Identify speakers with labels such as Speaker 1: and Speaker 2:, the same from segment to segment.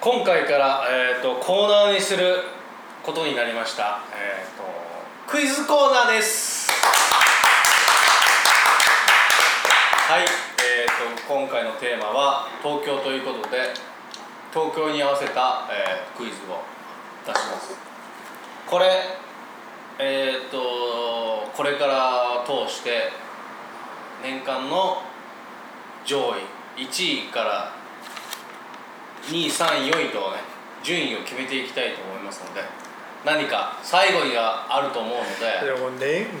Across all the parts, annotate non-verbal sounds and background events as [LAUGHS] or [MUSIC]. Speaker 1: 今回から、えー、とコーナーにすることになりました、えー、とクイズコーナーですはい、えー、と今回のテーマは「東京」ということで東京に合わせた、えークイズを出しますこれえっ、とこれから通して年間の上位1位から2位3位4位とね順位を決めていきたいと思いますので何か最後にはあると思うの
Speaker 2: で
Speaker 1: で
Speaker 2: も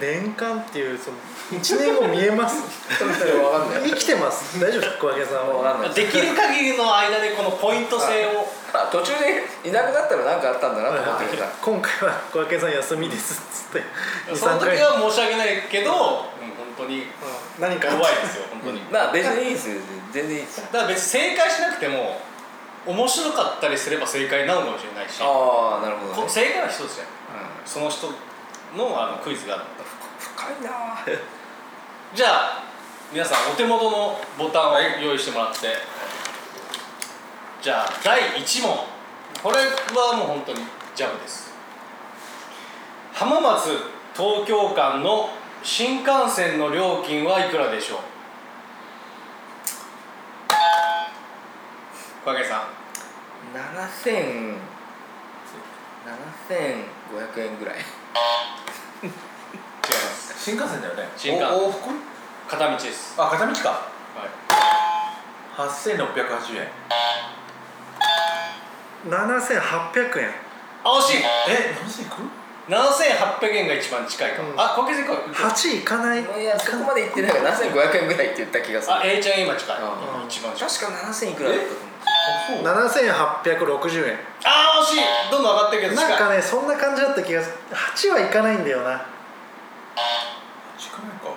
Speaker 2: 年年間っていうその一年後見えます
Speaker 3: わかんない
Speaker 2: 生きてます大丈夫ですか小池さん
Speaker 3: わかん
Speaker 2: は
Speaker 3: ない
Speaker 1: できる限りの間でこのポイント制を
Speaker 3: あ途中でいなくなったら何かあったんだなと思ってた
Speaker 2: 今回は小池さん休みですっつって
Speaker 1: その時
Speaker 2: うん
Speaker 1: は申し訳ないけど、うん、本当に
Speaker 2: 何か
Speaker 1: 弱いですよ本当に、だ
Speaker 3: まあ別にいいですよ全然いいです
Speaker 1: から別に正解しなくても面白かったりすれば正解なのかもしれないし
Speaker 3: ああなるほど
Speaker 1: こ
Speaker 3: ね
Speaker 1: 正解は一つじゃんその人のあのクイズがあるの
Speaker 3: 深いなぁ
Speaker 1: じゃあ皆さんお手元のボタンを用意してもらって、じゃあ第1問これはもう本当にジャブです浜松東京間の新幹線の料金はいくらでしょう小池さん
Speaker 3: 7000 7500円ぐらい
Speaker 1: 違います
Speaker 4: 新幹線だよね
Speaker 1: 新幹
Speaker 4: お往復
Speaker 1: 片道です、
Speaker 4: あ片道か
Speaker 1: はい、
Speaker 4: 8680円
Speaker 2: 7800円
Speaker 1: あ惜しい
Speaker 4: え何時行く
Speaker 1: 7800円が一番近いかも、
Speaker 2: うん
Speaker 1: あ小池さんこれ
Speaker 2: 8いかない
Speaker 3: いやそこまで行ってないから7500円ぐらいって言った気がする
Speaker 1: あ A ちゃん今近い
Speaker 3: うん
Speaker 1: 一番近い
Speaker 3: 確か7000いくらだったと思う
Speaker 4: あそ
Speaker 2: 7860円
Speaker 1: あー惜しいどんどん上がってるけど近い
Speaker 2: なんかねそんな感じだった気がする8はいかないんだよな
Speaker 4: 近いか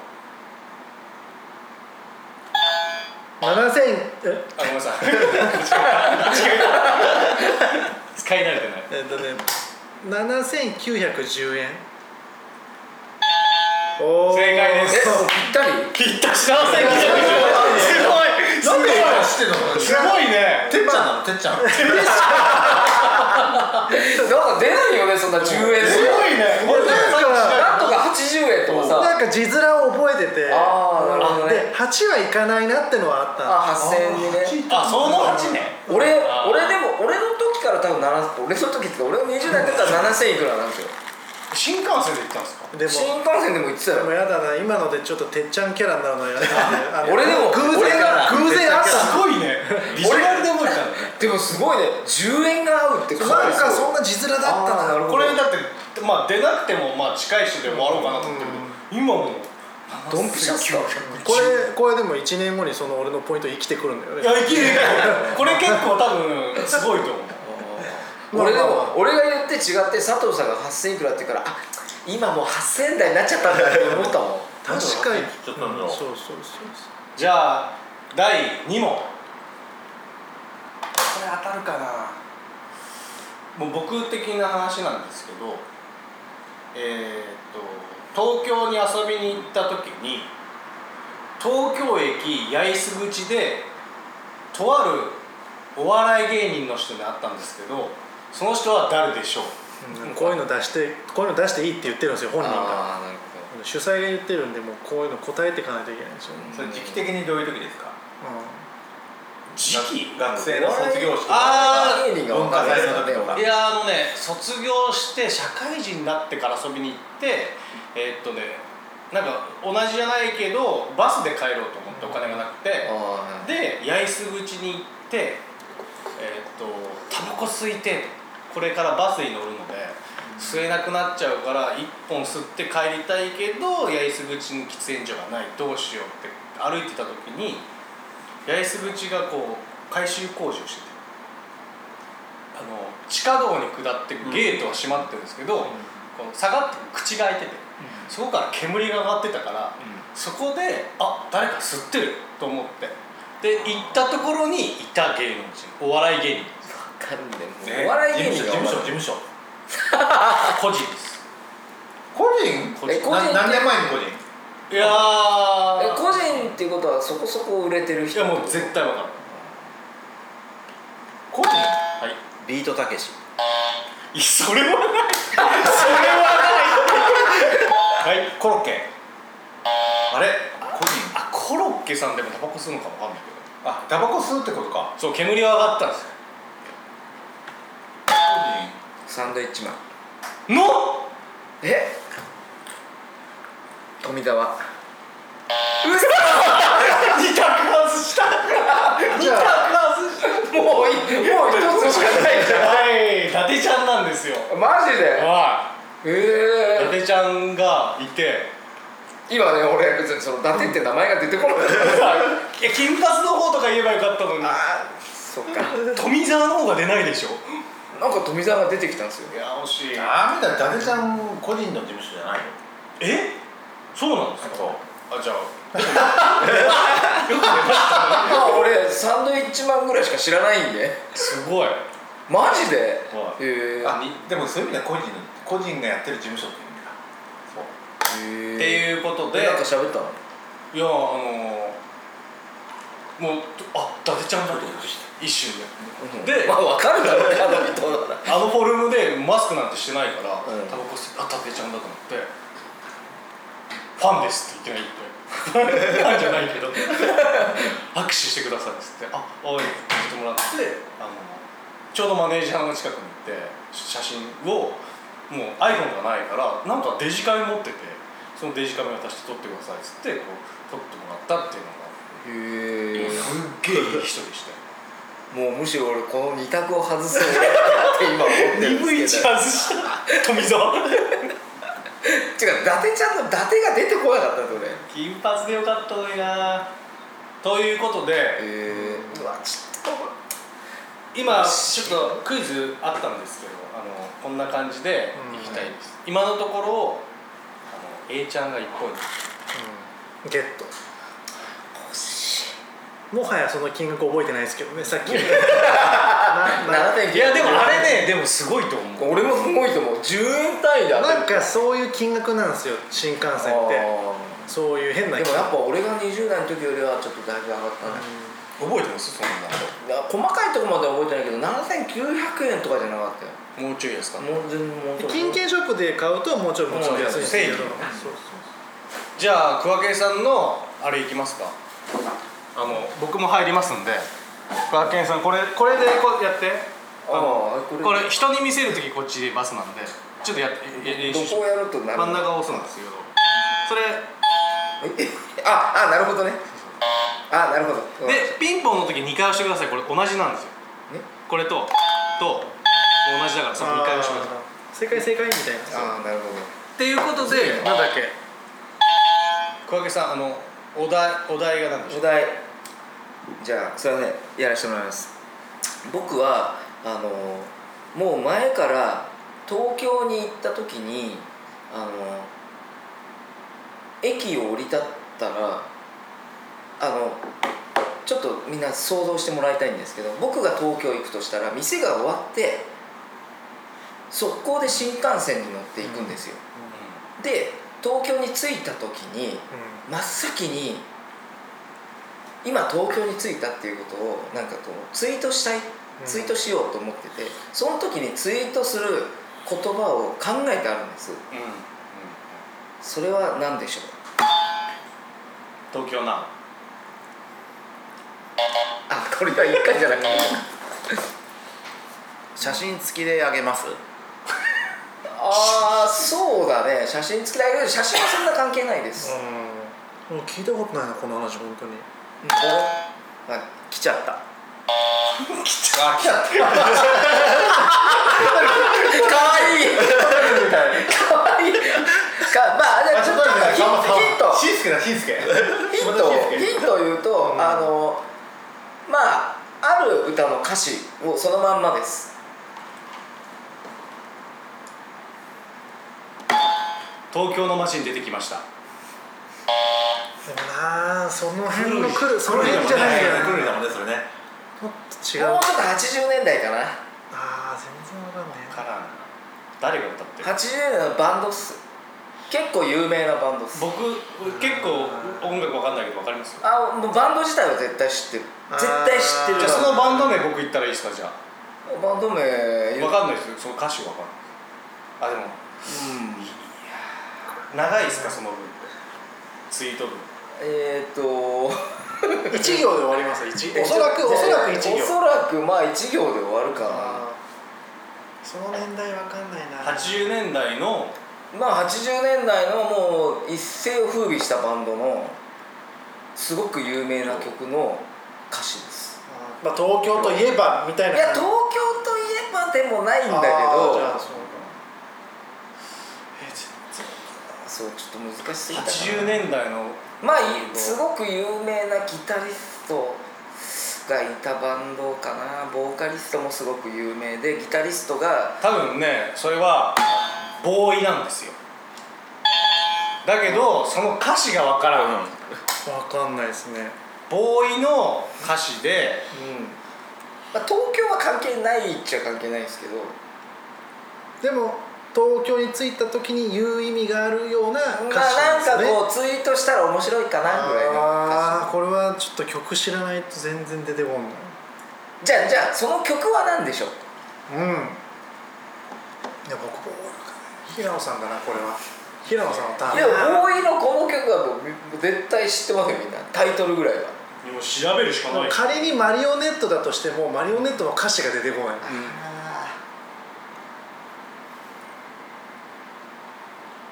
Speaker 2: 7000え
Speaker 1: あごめんなさい違う [LAUGHS] 使い慣れてない
Speaker 2: えっとね7910円おー
Speaker 1: 正解です
Speaker 3: えもうぴったり
Speaker 1: ぴったしなせんすごい
Speaker 4: 今知ってんの
Speaker 1: すごいね
Speaker 4: てっちゃんなのてっちゃん
Speaker 3: なんか出ないよねそんな10円
Speaker 1: すごいねこれ
Speaker 2: なんか
Speaker 3: なんとか80円とかさ
Speaker 2: なんか字面を覚えてて
Speaker 3: あーなるほどね
Speaker 2: で8はいかないなってのはあった
Speaker 3: あ8000円でね
Speaker 1: あその8ね
Speaker 3: 俺
Speaker 1: あー
Speaker 3: 俺でも俺の時から多分7俺の時ってか俺の20代だったら7000いくらなんですよ
Speaker 1: 新幹線で行ったんですか
Speaker 2: でも
Speaker 3: 新幹線でも行ってた
Speaker 2: でもや
Speaker 3: よ
Speaker 2: だな今のでちょっとてっちゃんキャラになるのやだねあの
Speaker 3: 俺でも
Speaker 2: 偶
Speaker 3: 俺
Speaker 2: 然
Speaker 3: が
Speaker 2: 偶然あっ
Speaker 1: すご
Speaker 2: た
Speaker 1: い
Speaker 2: [LAUGHS]
Speaker 1: ねビジュアルで覚えたんだね
Speaker 3: でもすごいね10円が合うって
Speaker 2: なんかそんな字面だった
Speaker 3: あーな
Speaker 2: な
Speaker 3: るほど
Speaker 1: これだってまあ出なくてもまあ近い人で終わろうかなと思ってるけど今もう
Speaker 3: ドンピシャっすか
Speaker 2: これこれでも1年後にその俺のポイント生きてくるんだよ
Speaker 1: い
Speaker 2: ね
Speaker 1: やいけるいけるこれ結構多分すごいと思う
Speaker 3: 俺で
Speaker 2: まあまあま
Speaker 3: も俺が言って違って佐藤さんが8000いくらって言うからあ今もう8000台になっちゃったんだって思ったもん
Speaker 2: 確かに
Speaker 4: なんでちょっとなんだろう
Speaker 2: そうそうそう
Speaker 1: じゃあ第2問
Speaker 4: れ当たるかな
Speaker 1: もう僕的な話なんですけどえー、と東京に遊びに行った時に東京駅八重洲口でとあるお笑い芸人の人に会ったんですけどその人は誰でしょう
Speaker 2: うんこういうの出してこういうの出していいって言ってるんですよ本人が
Speaker 3: ああなる
Speaker 2: 主催が言ってるんでもうこういうの答えていかないといけないんですよね、
Speaker 4: それ時期的にどういう時ですか
Speaker 1: 時期
Speaker 4: 学生の卒業式
Speaker 1: あ
Speaker 3: ほど芸人が分かるやつだね
Speaker 4: 文化
Speaker 1: いやあのね卒業して社会人になってから遊びに行ってえーっとねなんか同じじゃないけどバスで帰ろうと思ってお金がなくて、
Speaker 3: あ
Speaker 1: で八重洲口に行ってえーっとタバコ吸いてえとこれからバスに乗るので吸えなくなっちゃうから1本吸って帰りたいけど八重洲口に喫煙所がないどうしようって歩いてた時に八重洲口がこう改修工事をしててあの地下道に下ってゲートは閉まってるんですけど、この下がって口が開いてて、そこから煙が上がってたから、そこであ誰か吸ってると思ってで行ったところにいた芸能人お笑い芸人
Speaker 3: あ分かんねえもう
Speaker 4: ね
Speaker 3: お笑い芸人
Speaker 4: 事
Speaker 3: が
Speaker 4: 務所事
Speaker 3: 分かる
Speaker 1: 個
Speaker 4: 務所事務所
Speaker 1: 人です
Speaker 4: 個
Speaker 1: 個
Speaker 4: 人
Speaker 3: え
Speaker 1: 人
Speaker 3: 個人
Speaker 4: な何年前に個人
Speaker 1: いや
Speaker 3: え
Speaker 1: ー
Speaker 3: 個人っていうことはそこそこ売れてる
Speaker 1: い
Speaker 3: 人
Speaker 1: やもう絶対わかる
Speaker 4: 個人
Speaker 1: はい
Speaker 5: ビートたけし
Speaker 1: いや [LAUGHS] それはないそれはないはいコロッケあれ
Speaker 4: 個人
Speaker 1: あコロッケさんでもタバコ吸うのかもわかんないけど
Speaker 4: あタバコ吸うってことか
Speaker 1: そう煙は上がったんですよ
Speaker 4: 個人
Speaker 3: サンドイッチマン
Speaker 1: の
Speaker 3: え富澤
Speaker 1: 二択外した二
Speaker 3: じゃ
Speaker 1: 択外した
Speaker 3: もういもう一つしかないじゃ
Speaker 1: はい伊達ちゃんなんですよ
Speaker 3: んマジで
Speaker 1: は
Speaker 3: え
Speaker 1: い
Speaker 3: え
Speaker 1: 伊達ちゃんがいて
Speaker 3: 今ね俺別にその伊達って名前が出てこない
Speaker 1: [LAUGHS] いや金髪の方とか言えばよかったのに
Speaker 3: あーそっか
Speaker 1: 富澤の方が出ないでしょ
Speaker 3: なんか富澤が出てきたんですよ
Speaker 1: いや惜しい
Speaker 4: ダメだ伊達ちゃん個人の事務所じゃないよ
Speaker 1: えそうなんですか
Speaker 4: そう
Speaker 1: あじゃあ
Speaker 3: まあ俺サンドイッチマンぐらいしか知らないんです
Speaker 1: ごい
Speaker 3: マジで
Speaker 1: は
Speaker 3: へえ
Speaker 4: あでもそういう意味では個人の個人がやってる事務所っていうんだそう
Speaker 1: っ
Speaker 3: って
Speaker 1: いうことでいや
Speaker 3: なんか喋ったの
Speaker 1: あのー、もうあ伊達ちゃんだと思って一瞬でで
Speaker 3: まあわかるだろうねあの人だから
Speaker 1: あのフォルムでマスクなんてしてないから、
Speaker 3: うん
Speaker 1: タバコ吸ってあタペちゃんだと思って「ファンです」っていきなり言って [LAUGHS] 「ファンじゃないけど握手してください」っつって「あおい」って言ってもらってあのちょうどマネージャーの近くに行って写真をもう iPhone がないからなんかデジカメ持っててそのデジカメ渡して撮ってくださいっつってこう撮ってもらったっていうのが
Speaker 3: へえ
Speaker 1: すっげえいい人でしたよ。
Speaker 3: もうむしろ俺この二択を外そうって今思って
Speaker 1: [LAUGHS]
Speaker 3: るん
Speaker 1: 鈍い
Speaker 3: で
Speaker 1: チ
Speaker 3: すけど
Speaker 1: ャンスした富澤
Speaker 3: 違う伊達ちゃんの伊達が出てこなかったんだ俺へ
Speaker 1: 金髪でよかったのになということで
Speaker 3: えうわちょっ
Speaker 1: 今ちょっとクイズあったんですけどあのこんな感じでいきたいです、今のところあの A ちゃんが1ポイント
Speaker 2: うんゲットもはやその金額覚えてないですけどねさっきな
Speaker 3: と
Speaker 2: [LAUGHS] な
Speaker 3: 7点
Speaker 1: いやでもあれねでもすごいと思う
Speaker 3: 俺もすごいと思う10円単位で当て
Speaker 2: な
Speaker 3: る
Speaker 2: んかそういう金額なんですよ新幹線ってそういう変
Speaker 3: あ
Speaker 2: な
Speaker 3: ーで
Speaker 2: 金
Speaker 3: もやっ
Speaker 2: 額
Speaker 3: ぱ俺が20代の時よりはちょっとだいぶ上がったね、
Speaker 1: 覚えてますそん
Speaker 3: いや細かいとこまでは覚えてないけど7900円とかじゃなかったよ
Speaker 1: なもうちょいですかね
Speaker 3: もう全然もう
Speaker 2: うん金券ショップで買うともうちょいもちろん安いんですけど
Speaker 1: もう
Speaker 2: そ
Speaker 1: 安い
Speaker 2: うそう
Speaker 1: じゃあ桑形さんのあれいきますかあの僕も入りますんで桑形さんこれこれでこうやって
Speaker 3: ああこれ
Speaker 1: これ人に見せる時こっちバスなんでちょっとやってや練
Speaker 3: ど
Speaker 1: 習して
Speaker 3: こをやるとなる
Speaker 1: 真ん中を押すんですけどそれ
Speaker 3: えああなるほどねあなるほど
Speaker 1: でピンポンの時2回押してくださいこれ同じなんですよ
Speaker 3: え
Speaker 1: これとと同じだからその2回押してください
Speaker 2: 正解正解みたいな
Speaker 3: ああなるほど
Speaker 1: っていうことで
Speaker 2: なんだっけ
Speaker 1: 小池さんあのお題お題が何でしょ
Speaker 3: お
Speaker 1: う
Speaker 3: 題じゃあすいませんやらせてもらいます僕はあのもう前から東京に行った時にあの駅を降り立ったらあのちょっとみんな想像してもらいたいんですけど僕が東京行くとしたら店が終わって速攻で新幹線に乗っていくんですよ、で東京に着いた時に真っ先に今東京に着いたっていうことをなんかこうツイートしたい
Speaker 2: うん
Speaker 3: ツイートしようと思ってて、その時にツイートする言葉を考えてあるんです
Speaker 1: うんうん
Speaker 3: それは何でしょう
Speaker 1: 東京な
Speaker 3: あこれは一回じ
Speaker 2: [LAUGHS]
Speaker 3: ゃなくて
Speaker 5: 写真付きであげます
Speaker 3: ああそうだね写真付きだけど写真はそんな関係ないです、うん
Speaker 2: うんもう聞いたことないなこの話本当に
Speaker 3: まあ
Speaker 5: 来ちゃった
Speaker 4: あ来ちゃったよ
Speaker 3: かわいい
Speaker 4: みたいな
Speaker 3: かわいいかまあじゃあちょっとヒント
Speaker 4: しんすけだしんすけ
Speaker 3: ヒン
Speaker 4: 島
Speaker 3: ト
Speaker 4: 田
Speaker 3: を
Speaker 4: 紳助
Speaker 3: ヒントを言うと、
Speaker 2: うん
Speaker 3: あのまあある歌の歌詞をそのまんまです
Speaker 1: 東京の街に出てきました
Speaker 2: でもなあその辺の来るその辺
Speaker 4: じ
Speaker 2: じゃ
Speaker 4: ゃ
Speaker 2: ない
Speaker 4: な
Speaker 2: ん
Speaker 4: い
Speaker 2: だ
Speaker 4: よ
Speaker 2: よな
Speaker 4: ねだもんねそれね
Speaker 2: もっと違う
Speaker 3: もうちょっと80年代かな
Speaker 2: ああ全然わかんない
Speaker 1: からん誰が歌ってる
Speaker 3: 80年代のバンドっす結構有名なバンドっす
Speaker 1: 僕結構音楽わかんないけどわかります
Speaker 3: あもうバンド自体は絶対知ってる
Speaker 2: あー
Speaker 3: 絶対知ってる
Speaker 1: じゃあそのバンド名僕言ったらいいですかじゃあ
Speaker 3: バンド名
Speaker 1: わかんないですよその歌詞わかんないあでも
Speaker 3: うん
Speaker 1: 長いですかその分ツイート分
Speaker 3: えーっと
Speaker 2: 一行で終わります一
Speaker 3: え
Speaker 2: おそらくおそらく
Speaker 3: え
Speaker 2: 一
Speaker 3: お
Speaker 2: 行
Speaker 3: そらくまあ1行で終わるか
Speaker 2: あーその年代わかんないな
Speaker 1: 80年代の
Speaker 3: なまあ80年代のもう一世を風靡したバンドのすごく有名な曲の歌詞です
Speaker 2: あーまあ東京といえばみたい
Speaker 3: い
Speaker 2: な
Speaker 3: や東
Speaker 2: 感
Speaker 3: 京といえばでもないん
Speaker 2: じ
Speaker 3: だけ
Speaker 2: あーじゃ
Speaker 3: ど
Speaker 2: あそう
Speaker 3: そうちょっと難しすぎたかな
Speaker 1: 80年代の
Speaker 3: まあいすごく有名なギタリストがいたバンドかなボーカリストもすごく有名でギタリストが
Speaker 1: 多分ねそれはボーイなんですよだけどその歌詞がわからん、
Speaker 2: かわかんないですね
Speaker 1: ボーイの歌詞で
Speaker 3: うんまあ、東京は関係ないっちゃ関係ないんですけど
Speaker 2: でも東京に着いた時に言う意味があるような
Speaker 3: まあ
Speaker 2: 歌詞なん
Speaker 3: な
Speaker 2: です
Speaker 3: んか
Speaker 2: ね
Speaker 3: こうツイートしたら面白いかなぐらいの
Speaker 2: ああ
Speaker 3: 歌
Speaker 2: ーこれはちょっと曲知らないと全然出てこん
Speaker 3: 詞じゃあじゃあその曲は何でしょう
Speaker 2: ないうんいや僕平野さんだなこれは平野さんのターン
Speaker 3: いやボーイのこの曲はもうみ絶対知ってますよみんなタイトルぐらいは
Speaker 1: もう調べるしかない
Speaker 2: 仮にマリオネットだとしてもマリオネットの歌詞が出てこない、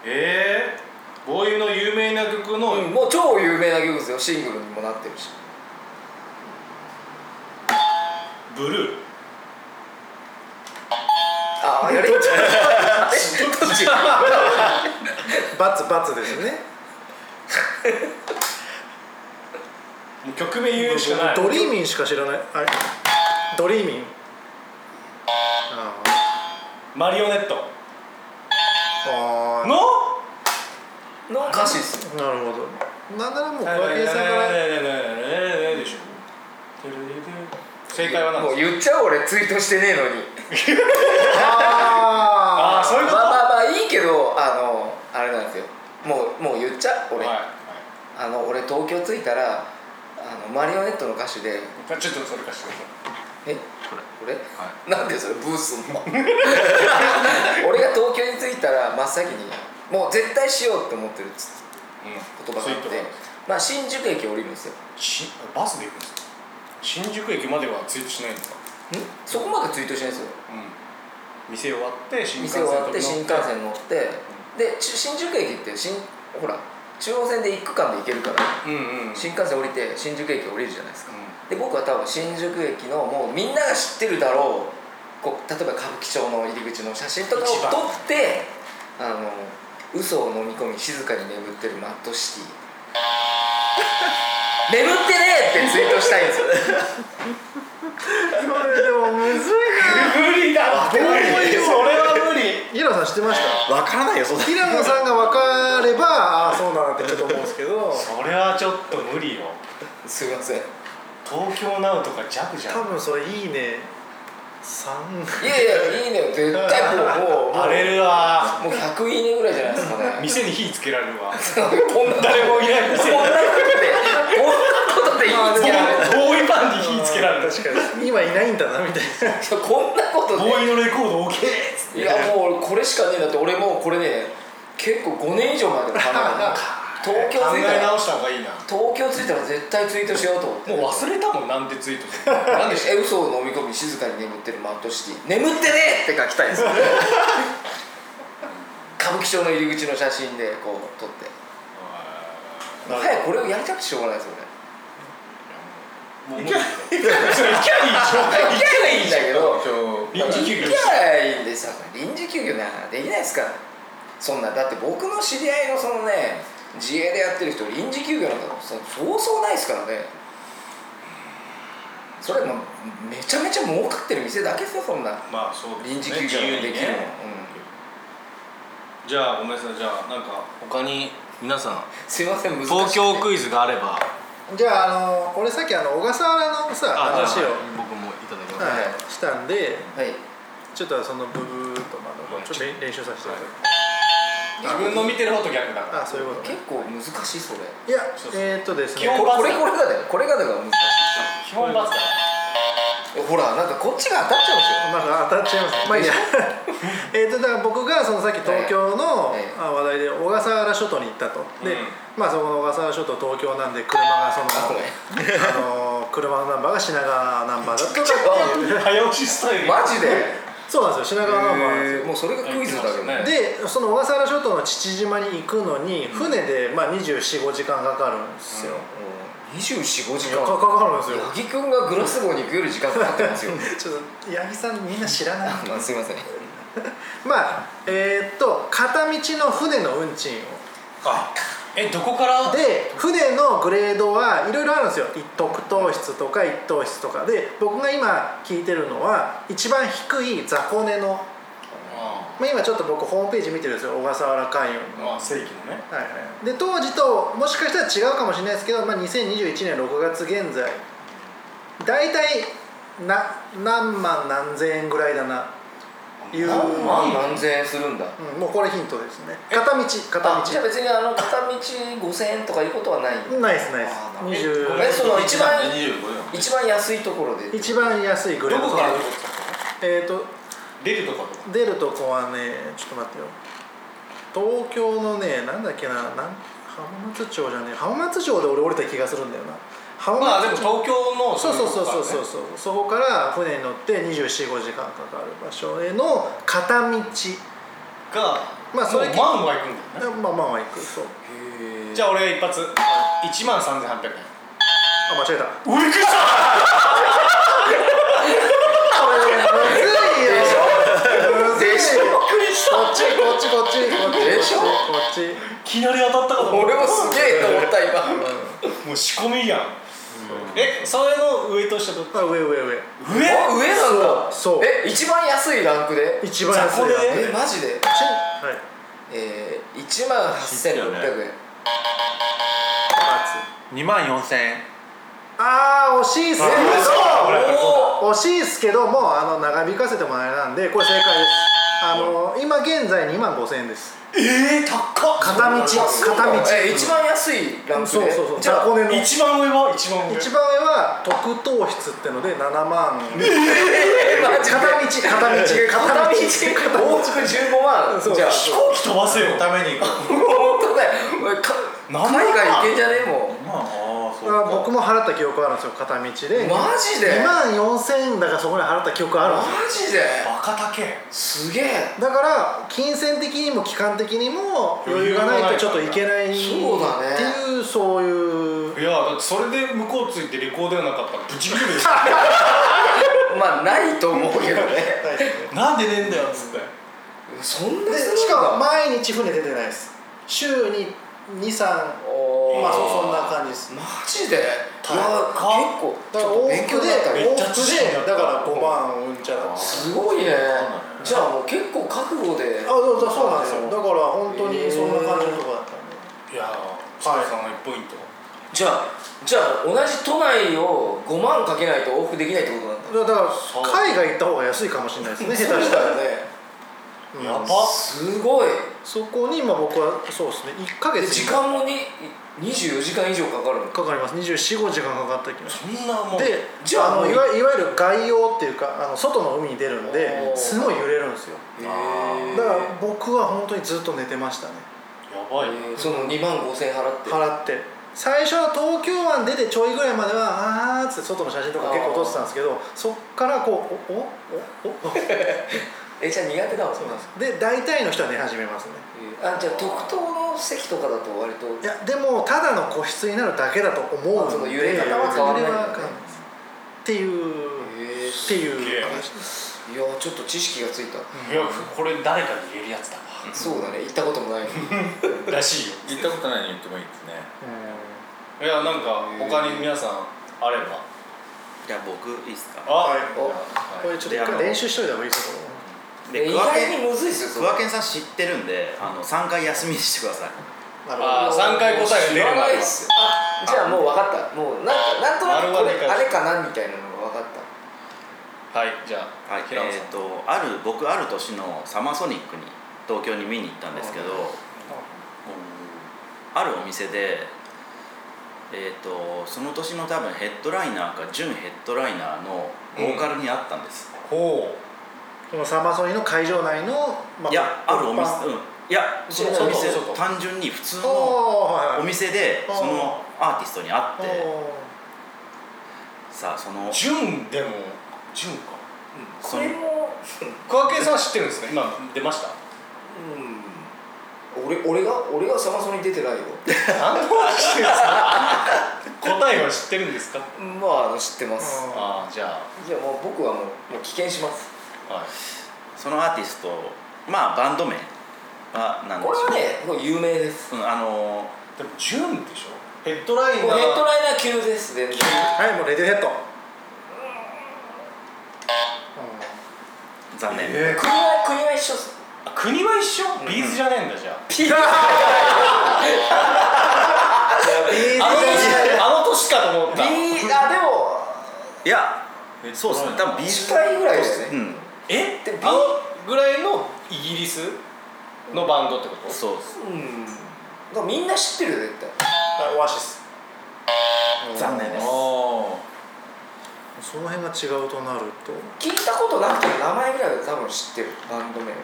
Speaker 1: えー、ボーイの有名な曲の、
Speaker 3: うん、もう超有名な曲ですよシングルにもなってるし
Speaker 1: ブルー
Speaker 3: ああ [LAUGHS] やれどっちどっち
Speaker 2: バツバツですね
Speaker 1: もう曲名言うしかない
Speaker 2: ドリーミンしか知らないあれドリーミンあ
Speaker 1: マリオネット
Speaker 2: ーあ
Speaker 1: の
Speaker 3: の歌詞です
Speaker 2: ーなるほどなんならもう小林さんから
Speaker 1: でしょ正解は何で
Speaker 3: も
Speaker 1: す
Speaker 3: う
Speaker 1: か
Speaker 3: 言っちゃう俺ツイートしてねえのに
Speaker 1: ああ
Speaker 2: あ
Speaker 1: そういう
Speaker 3: ま
Speaker 1: こ
Speaker 3: あ
Speaker 1: と、
Speaker 3: まあまあいいけどあのあれなんですよもうもう言っちゃう俺、
Speaker 1: はい
Speaker 3: あの俺東京着いたらあのマリオネットの歌詞で
Speaker 1: はい、ちょっとそれ貸してください
Speaker 3: えこれ、
Speaker 4: は
Speaker 3: なんでそれブースの [LAUGHS] 俺が東京に着いたら真っ先にもう絶対しようって思ってるつ言葉があって
Speaker 1: ツイートが
Speaker 3: まあ新宿駅降りるんですよん
Speaker 1: しバスで行くんですか新宿駅まではツイートしないんですか
Speaker 3: そこまでツイートしないんですよ
Speaker 1: うん店終わって新幹
Speaker 3: 店
Speaker 1: 線
Speaker 3: 終
Speaker 1: と
Speaker 3: わって新幹線乗ってでち新宿駅って新ほら中央線で1区間で行けるから
Speaker 1: うんうんうん
Speaker 3: 新幹線降りて新宿駅降りるじゃないですかで僕は多分新宿駅のもうみんなが知ってるだろうこう例えば歌舞伎町の入り口の写真とかを
Speaker 1: 一番
Speaker 3: 撮ってあの嘘を飲み込み静かに眠ってるマッドシティ
Speaker 1: [LAUGHS]
Speaker 3: 眠ってねえってツイートしたいんですよ
Speaker 2: これでもむずい
Speaker 1: 無理だ
Speaker 2: どういう
Speaker 1: それは無理
Speaker 2: な平野さん知ってました
Speaker 5: わからないよそんな
Speaker 2: 平野さんが分かればああそうなんだってちょっと思うんですけど
Speaker 1: それはちょっと無理よ
Speaker 3: すいませんい
Speaker 1: 東京ナウとか弱じゃ
Speaker 2: 多
Speaker 1: ん
Speaker 2: 分それいいね3
Speaker 3: やいやいいねよ絶対も
Speaker 1: [LAUGHS]
Speaker 3: うもうもう
Speaker 1: 荒れるわ
Speaker 3: もう100いいねぐらいじゃないです
Speaker 1: [LAUGHS]
Speaker 3: かね
Speaker 1: 店に火つけられるわ
Speaker 3: [LAUGHS] こんな
Speaker 1: 誰もいない
Speaker 3: こん
Speaker 1: 店
Speaker 3: なことでこんなことでいいんですかね
Speaker 1: ボーイパンに火つけられる
Speaker 2: 確かに今いないんだなみたいな
Speaker 3: いや [LAUGHS] こんなことで
Speaker 1: ボーイのレコード OK っつって
Speaker 3: いやもう俺これしかねえなって俺もうこれね結構5年以上前でも考えた
Speaker 1: [LAUGHS]
Speaker 3: 東京
Speaker 1: 考
Speaker 3: 着いた
Speaker 1: え
Speaker 3: ら
Speaker 1: 直した方がいいな
Speaker 3: 東京着いたら絶対ツイートしようと思って
Speaker 1: もう忘れたもんなんでツイートするのなんでし
Speaker 3: え嘘を飲み込み静かに眠ってるマットシティ眠ってねえって書きたい
Speaker 1: [LAUGHS]
Speaker 3: です歌舞伎町の入り口の写真でこう撮って
Speaker 1: ょ
Speaker 3: 早くこれをやりたくてしょうがないです俺
Speaker 1: もういけないいけない
Speaker 3: 行けばいいんだけど
Speaker 4: 今日
Speaker 1: 臨時休業
Speaker 3: 行けばいいんですよ臨時休業なんかできないですからそんなだって僕の知り合いのそのね自営でやってる人臨時休業なんかそそうそうないですからねそれもめちゃめちゃ儲かってる店だけですよそんな
Speaker 1: まあそう
Speaker 3: 臨時
Speaker 1: ね
Speaker 3: 休業ができるの、うん
Speaker 1: じゃあごめんなさいじゃあなんか他に皆さん
Speaker 3: すいません難しい、
Speaker 1: 東京クイズがあれば
Speaker 2: じゃああの俺さっきあの小笠原のさ話を、
Speaker 1: 僕もいただきます
Speaker 3: はい
Speaker 2: はい、したんで
Speaker 3: はい
Speaker 2: ちょっとそのブブーとまだちょっと練練習させてください、
Speaker 1: 自分の見てる方と逆だから
Speaker 2: あそういうことね
Speaker 3: 結構難しいそれ
Speaker 2: いや
Speaker 1: そうそう
Speaker 2: えー、っとです
Speaker 1: 基本
Speaker 2: ね
Speaker 3: これこれこれがだよこれがだから難しい
Speaker 1: 基本罰だ
Speaker 3: ほらなんかこっちが当たっちゃうんですよ
Speaker 2: なんか当たっちゃいますまあいいや [LAUGHS] えっとだから僕がそのさっき東京の
Speaker 3: ええ
Speaker 2: あ話題で小笠原諸島に行ったとで、
Speaker 1: うん
Speaker 2: まあそこの小笠原諸島東京なんで車がその
Speaker 3: あごめん
Speaker 2: あ [LAUGHS] の車のナンバーが品川ナンバーだとかっていう
Speaker 1: 早押しスタイル
Speaker 3: マジで
Speaker 2: そうなんですよ品川ナンバーなんですよ
Speaker 3: えーもうそれがクイズだけどね
Speaker 2: でその小笠原諸島の父島に行くのに船で、まあ、245時間かかるんですよ、
Speaker 3: 245時
Speaker 2: いや
Speaker 3: 間
Speaker 2: かかかるんですよ
Speaker 3: 八木君がグラスゴーに行くより時間かかってますよ [LAUGHS]
Speaker 2: ちょっと八木さんみんな知らない
Speaker 3: あすいません
Speaker 2: [LAUGHS] まあえーっと片道の船の運賃を
Speaker 1: あえどこから
Speaker 2: で船のグレードはいろいろあるんですよ一特等室とか一等室とかで僕が今聞いてるのは一番低い雑魚寝の、
Speaker 1: あ
Speaker 2: まあ、今ちょっと僕ホームページ見てるんですよ小笠原海運の
Speaker 1: ーまあ正規のね
Speaker 2: はいはい、で当時ともしかしたら違うかもしれないですけど、まあ、2021年6月現在大体な何万何千円ぐらいだないう、
Speaker 3: 何
Speaker 2: う
Speaker 3: 万何千円するんだ
Speaker 2: ん、もうこれヒントですね片道片
Speaker 3: あじゃあ
Speaker 2: 道
Speaker 3: 別にあの片道5000円とかいうことはない
Speaker 2: ないですないです
Speaker 3: あーな
Speaker 2: 20
Speaker 1: ごめん
Speaker 3: えその一番
Speaker 4: 25よ
Speaker 3: 一番安いところで
Speaker 2: 一番安いグレ
Speaker 1: ど
Speaker 2: ード
Speaker 1: こからどこ
Speaker 2: えっ、と
Speaker 1: 出るとことか
Speaker 2: 出るとこはねちょっと待ってよ東京のねなんだっけななん浜松町じゃねえ浜松町で俺降りた気がするんだよな浜
Speaker 1: まあでも
Speaker 2: 松町
Speaker 1: 東京の
Speaker 2: そうそうそうそう
Speaker 1: いとこからね
Speaker 2: そうそう、そこから船に乗って245時間かかる場所への片道
Speaker 1: が
Speaker 2: まあそれ
Speaker 1: もう万は行くんだよね
Speaker 2: まあまあまあ行くそう
Speaker 1: じゃあ俺一発1万3800円
Speaker 2: あ間違えた
Speaker 1: うりくりした [LAUGHS]
Speaker 2: むずいよむずい
Speaker 3: でしょ
Speaker 2: こっちこっちこっちこっち
Speaker 3: でしょ
Speaker 2: こっち
Speaker 1: いきなり当たったかと思った
Speaker 3: 俺もすげえと思った今
Speaker 1: もう仕込みやんえそれの上と下と
Speaker 2: あ上上上
Speaker 1: 上
Speaker 3: お上なんだ
Speaker 2: そうそう
Speaker 3: え一番安いランクで
Speaker 2: 一番安いやつ
Speaker 1: 雑魚
Speaker 3: えマジで
Speaker 2: はい
Speaker 3: えー、1万8600円、
Speaker 5: 2万4千円
Speaker 2: ああ惜しいっすね
Speaker 1: あ嘘俺
Speaker 3: お
Speaker 2: 惜しいっすけどもうあの長引かせてもらえなんでこれ正解ですあの今現在2万5000円です
Speaker 1: えー、高っ
Speaker 2: 片道
Speaker 3: そう
Speaker 2: 片道
Speaker 3: え一番安いランクで
Speaker 2: そうそうそう
Speaker 3: じゃあ
Speaker 2: 雑魚寝の
Speaker 1: 一番上は一番上
Speaker 2: 一番上は特等室ってので7万
Speaker 3: えマジで
Speaker 2: 片道片道
Speaker 3: 片
Speaker 2: 片
Speaker 3: 道
Speaker 2: 道
Speaker 3: 往復15万
Speaker 2: そう
Speaker 3: じゃあ
Speaker 1: 飛行機飛ばせよ
Speaker 4: ために行く
Speaker 3: 本当だよおいか
Speaker 1: なんだ
Speaker 3: 海外行けんじゃねえも
Speaker 4: まあああそう
Speaker 2: あ
Speaker 4: か
Speaker 2: 僕も払った記憶あるんですよ片道で
Speaker 3: んマジで
Speaker 2: 2万4000円だからそこに払った記憶あるん
Speaker 3: マ
Speaker 2: ですよ
Speaker 3: ジで
Speaker 1: バカ高え
Speaker 3: すげえ
Speaker 2: だから金銭的にも期間的にも余裕がないとちょっといけないって
Speaker 3: そうだね
Speaker 2: いうそういう
Speaker 1: いやだってそれで向こうついてリコーではなかったらぶち切 [LAUGHS] れるでし
Speaker 3: まあないと思うけどね
Speaker 1: ょなんでねえんだよっつって
Speaker 3: そんな
Speaker 2: でしかも毎日船出てないです週に23
Speaker 3: も
Speaker 2: まあそうそんな感じです
Speaker 3: マジでいや結
Speaker 1: 高っ
Speaker 3: 構
Speaker 2: だ
Speaker 3: ちょ
Speaker 2: から
Speaker 3: っと
Speaker 2: 往
Speaker 3: 勉強
Speaker 2: 復で
Speaker 3: になったね
Speaker 1: めっ
Speaker 2: 往
Speaker 1: ちゃ知
Speaker 2: 復
Speaker 1: 識
Speaker 2: で
Speaker 1: になった
Speaker 2: だから5万うんちゃらです
Speaker 3: すごいね
Speaker 4: だね
Speaker 3: じゃあもう結構覚悟で
Speaker 2: あそうだそうなんですよだから本当にそんな感じのとこだったん
Speaker 1: い
Speaker 2: で、
Speaker 1: やーはいさん1ポイント
Speaker 3: じゃあじゃあ同じ都内を5万かけないと往復できないってことなんだ
Speaker 2: だから海外行った方が安いかもしれないですね下手したら、
Speaker 3: ね
Speaker 2: うん
Speaker 1: やばっ
Speaker 3: すごい
Speaker 2: そこに今僕はそうですね1か
Speaker 3: で
Speaker 2: 月に
Speaker 3: 時間もに24時間以上かかるの
Speaker 2: かかります245時間かかった気がし
Speaker 1: そんなも
Speaker 2: ま
Speaker 1: ん
Speaker 2: すで
Speaker 3: じゃあ
Speaker 2: あ
Speaker 3: も
Speaker 2: の
Speaker 3: う
Speaker 2: いわいわゆる外洋っていうかあの外の海に出るん
Speaker 3: お
Speaker 2: で
Speaker 3: ー
Speaker 2: すごい揺れるんですよ
Speaker 3: へ
Speaker 2: だ
Speaker 3: え
Speaker 2: から僕は本当にずっと寝てましたね
Speaker 1: やばいね
Speaker 3: その2万5000円払って
Speaker 2: 払って最初は東京湾出てちょいぐらいまではあーっつって外の写真とか結構撮ってたんですけどそっからこうおおおお
Speaker 3: えじゃあ苦手だもん
Speaker 2: そうなんですで大体の人は寝始めますね
Speaker 3: えーあじゃあ特等の席とかだと割と
Speaker 2: いやでもただの個室になるだけだと思う
Speaker 3: あそ
Speaker 2: の
Speaker 3: の
Speaker 2: で
Speaker 3: 揺れ方は変わらない
Speaker 2: 揺れは変わらないですっていう
Speaker 3: へえ
Speaker 2: って
Speaker 1: すげ
Speaker 2: い
Speaker 1: え
Speaker 2: う話です
Speaker 3: いやちょっと知識がついた
Speaker 1: いやこれ誰かに言えるやつだわ
Speaker 3: そうだね行ったこともないのに
Speaker 1: らしいよ
Speaker 4: 行ったことないに言ってもいいですね
Speaker 1: いやなんか他に皆さんあれば
Speaker 5: じゃあ僕いいっすか
Speaker 1: あ、
Speaker 2: はい
Speaker 3: お
Speaker 2: これちょっと一回練習しといた方がいいですよ
Speaker 3: [LAUGHS] え
Speaker 5: で
Speaker 3: 意
Speaker 5: クワ
Speaker 3: 外
Speaker 5: ケン
Speaker 3: にむずいっすよそ
Speaker 5: ク
Speaker 3: れ
Speaker 5: ワケンさん知ってるんであの3回休みにしてください
Speaker 2: なるほ
Speaker 1: あー三回答えが出る
Speaker 3: 知ら
Speaker 1: ま
Speaker 3: な
Speaker 1: で
Speaker 3: いっすよあじゃあもう分かったもうなんかなんとなくこれあれかなみたいなのが分かった
Speaker 1: はいじゃあ、
Speaker 5: はい、え
Speaker 1: 平野さん、
Speaker 5: ー、とある僕ある年のサマーソニックに東京に見に行ったんですけど、あるお店で、えー、とその年の多分ヘッドライナーか準ヘッドライナーのボーカルにあったんです、
Speaker 1: ほ
Speaker 2: そのサマソニの会場内の、ま
Speaker 5: いやあるお店、
Speaker 2: 物販
Speaker 5: うん、いやその
Speaker 2: 外
Speaker 5: お店
Speaker 1: 外
Speaker 5: 単純に普通
Speaker 2: お
Speaker 5: の
Speaker 2: おはいはい
Speaker 5: お店で
Speaker 2: あー
Speaker 5: そのアーティストに会
Speaker 2: お
Speaker 5: って
Speaker 2: ー
Speaker 5: さあその
Speaker 1: う純でも純か
Speaker 5: そ
Speaker 3: これ
Speaker 5: の
Speaker 3: も
Speaker 1: 桑系さん知ってるんですね今出ました
Speaker 3: 俺俺が俺がサマソニ出て [LAUGHS] ないよ
Speaker 1: 何の話してるんですか [LAUGHS] 答えは知ってるんですか
Speaker 3: まああの知ってます
Speaker 2: うん
Speaker 1: ああじゃ
Speaker 3: いやもう僕はもうもう棄権します
Speaker 1: あはい
Speaker 5: そのアーティストまあバンド名はなんで
Speaker 3: こ
Speaker 5: し
Speaker 3: れ
Speaker 5: ょ
Speaker 3: は
Speaker 5: う
Speaker 3: ねもう有名です
Speaker 5: うん、あの
Speaker 1: でも純でしょヘッドライ
Speaker 3: もう
Speaker 1: ナ
Speaker 3: ヘッド
Speaker 1: ー
Speaker 3: ライナー級 [LAUGHS] です全然
Speaker 2: はいもうレディーヘッド、
Speaker 5: ー残念、
Speaker 4: え
Speaker 3: 国は国は一緒っす
Speaker 1: あ国は一緒ビーズじゃねえんだじゃあ
Speaker 3: [LAUGHS] ピーあ
Speaker 2: ビーズ
Speaker 1: あの年
Speaker 2: ね
Speaker 1: あの年かと思っ
Speaker 3: で
Speaker 1: た
Speaker 3: も
Speaker 5: いやそうっすね多分ビーズ
Speaker 3: 近いぐらいですね
Speaker 5: うん
Speaker 1: え
Speaker 3: で
Speaker 1: あのぐらいのイギリスのバンドってこと
Speaker 5: そうっす
Speaker 3: うんだからみんな知ってるよ絶対
Speaker 2: あオアシス
Speaker 5: 残念です
Speaker 4: あ
Speaker 2: その辺が違うとなると
Speaker 3: 聞いたことなくても名前ぐらいは多分知ってるバンド名は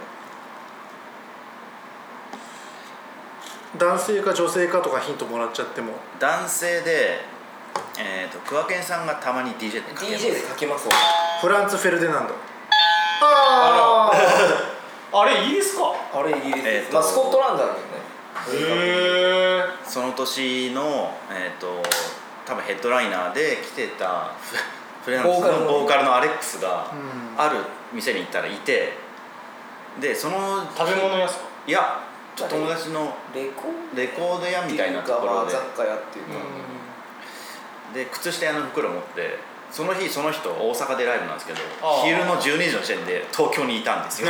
Speaker 2: 男性か女性かとかヒントもらっちゃっても
Speaker 5: 男性でえっ、ー、と桑健さんがたまに DJ ってかけ
Speaker 3: DJ で書けますわ
Speaker 2: フランツ・フェルデナンド
Speaker 1: ああれイギリスか
Speaker 3: あれイギリス
Speaker 5: え
Speaker 3: で
Speaker 5: ー
Speaker 3: す
Speaker 5: と
Speaker 3: まあスコットランドだけどね
Speaker 1: へえ
Speaker 5: その年のえっ、と多分ヘッドライナーで来てたフフランス
Speaker 3: ボー
Speaker 5: の
Speaker 3: カルの
Speaker 5: ボーカルのアレックスが
Speaker 2: うん
Speaker 5: ある店に行ったらいてでその
Speaker 1: 食べ物屋っすか
Speaker 5: いやちょっと友達の
Speaker 3: レコー
Speaker 5: レコード屋
Speaker 3: ド
Speaker 5: みたいなところ
Speaker 3: って
Speaker 5: で
Speaker 3: いうかまあ雑貨屋っていうか、
Speaker 5: で靴下屋の袋持ってその日その人大阪でライブなんですけど
Speaker 1: あー
Speaker 5: 昼の12時の時点で東京にいたんですよ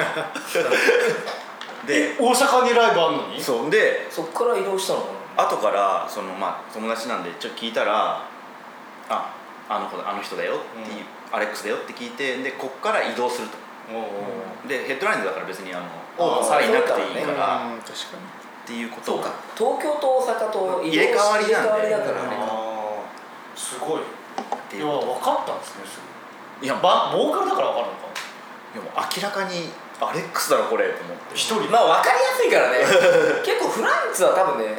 Speaker 5: で
Speaker 1: 大阪にライブあんのに
Speaker 5: そうで
Speaker 3: [LAUGHS] そっから移動したのかな
Speaker 5: 後からそのまあ友達なんでちょっと聞いたら「ああの子だあの人だよ」っていう、アレックスだよって聞いてでこっから移動すると
Speaker 1: おうおう
Speaker 5: でヘッドラインだから別にあの
Speaker 3: あー
Speaker 5: さらになくていい
Speaker 3: そ
Speaker 5: か
Speaker 3: う
Speaker 5: ら、
Speaker 2: うん確か
Speaker 5: っていうこと
Speaker 3: そうか東京と大阪と移動し
Speaker 5: 入れ替わりなんで
Speaker 3: 入れ替わりだからあれか
Speaker 1: あーすごい
Speaker 5: って
Speaker 1: い
Speaker 5: い
Speaker 1: や
Speaker 5: うこ
Speaker 1: 分かったんですねす
Speaker 5: といや
Speaker 1: ぐ
Speaker 5: ば
Speaker 1: バボーカルだから分かるのか
Speaker 5: いやもう明らかにアレックスだろこれと思って
Speaker 1: 一人
Speaker 3: まあ分かりやすいからね結構フランツは多分ね
Speaker 2: に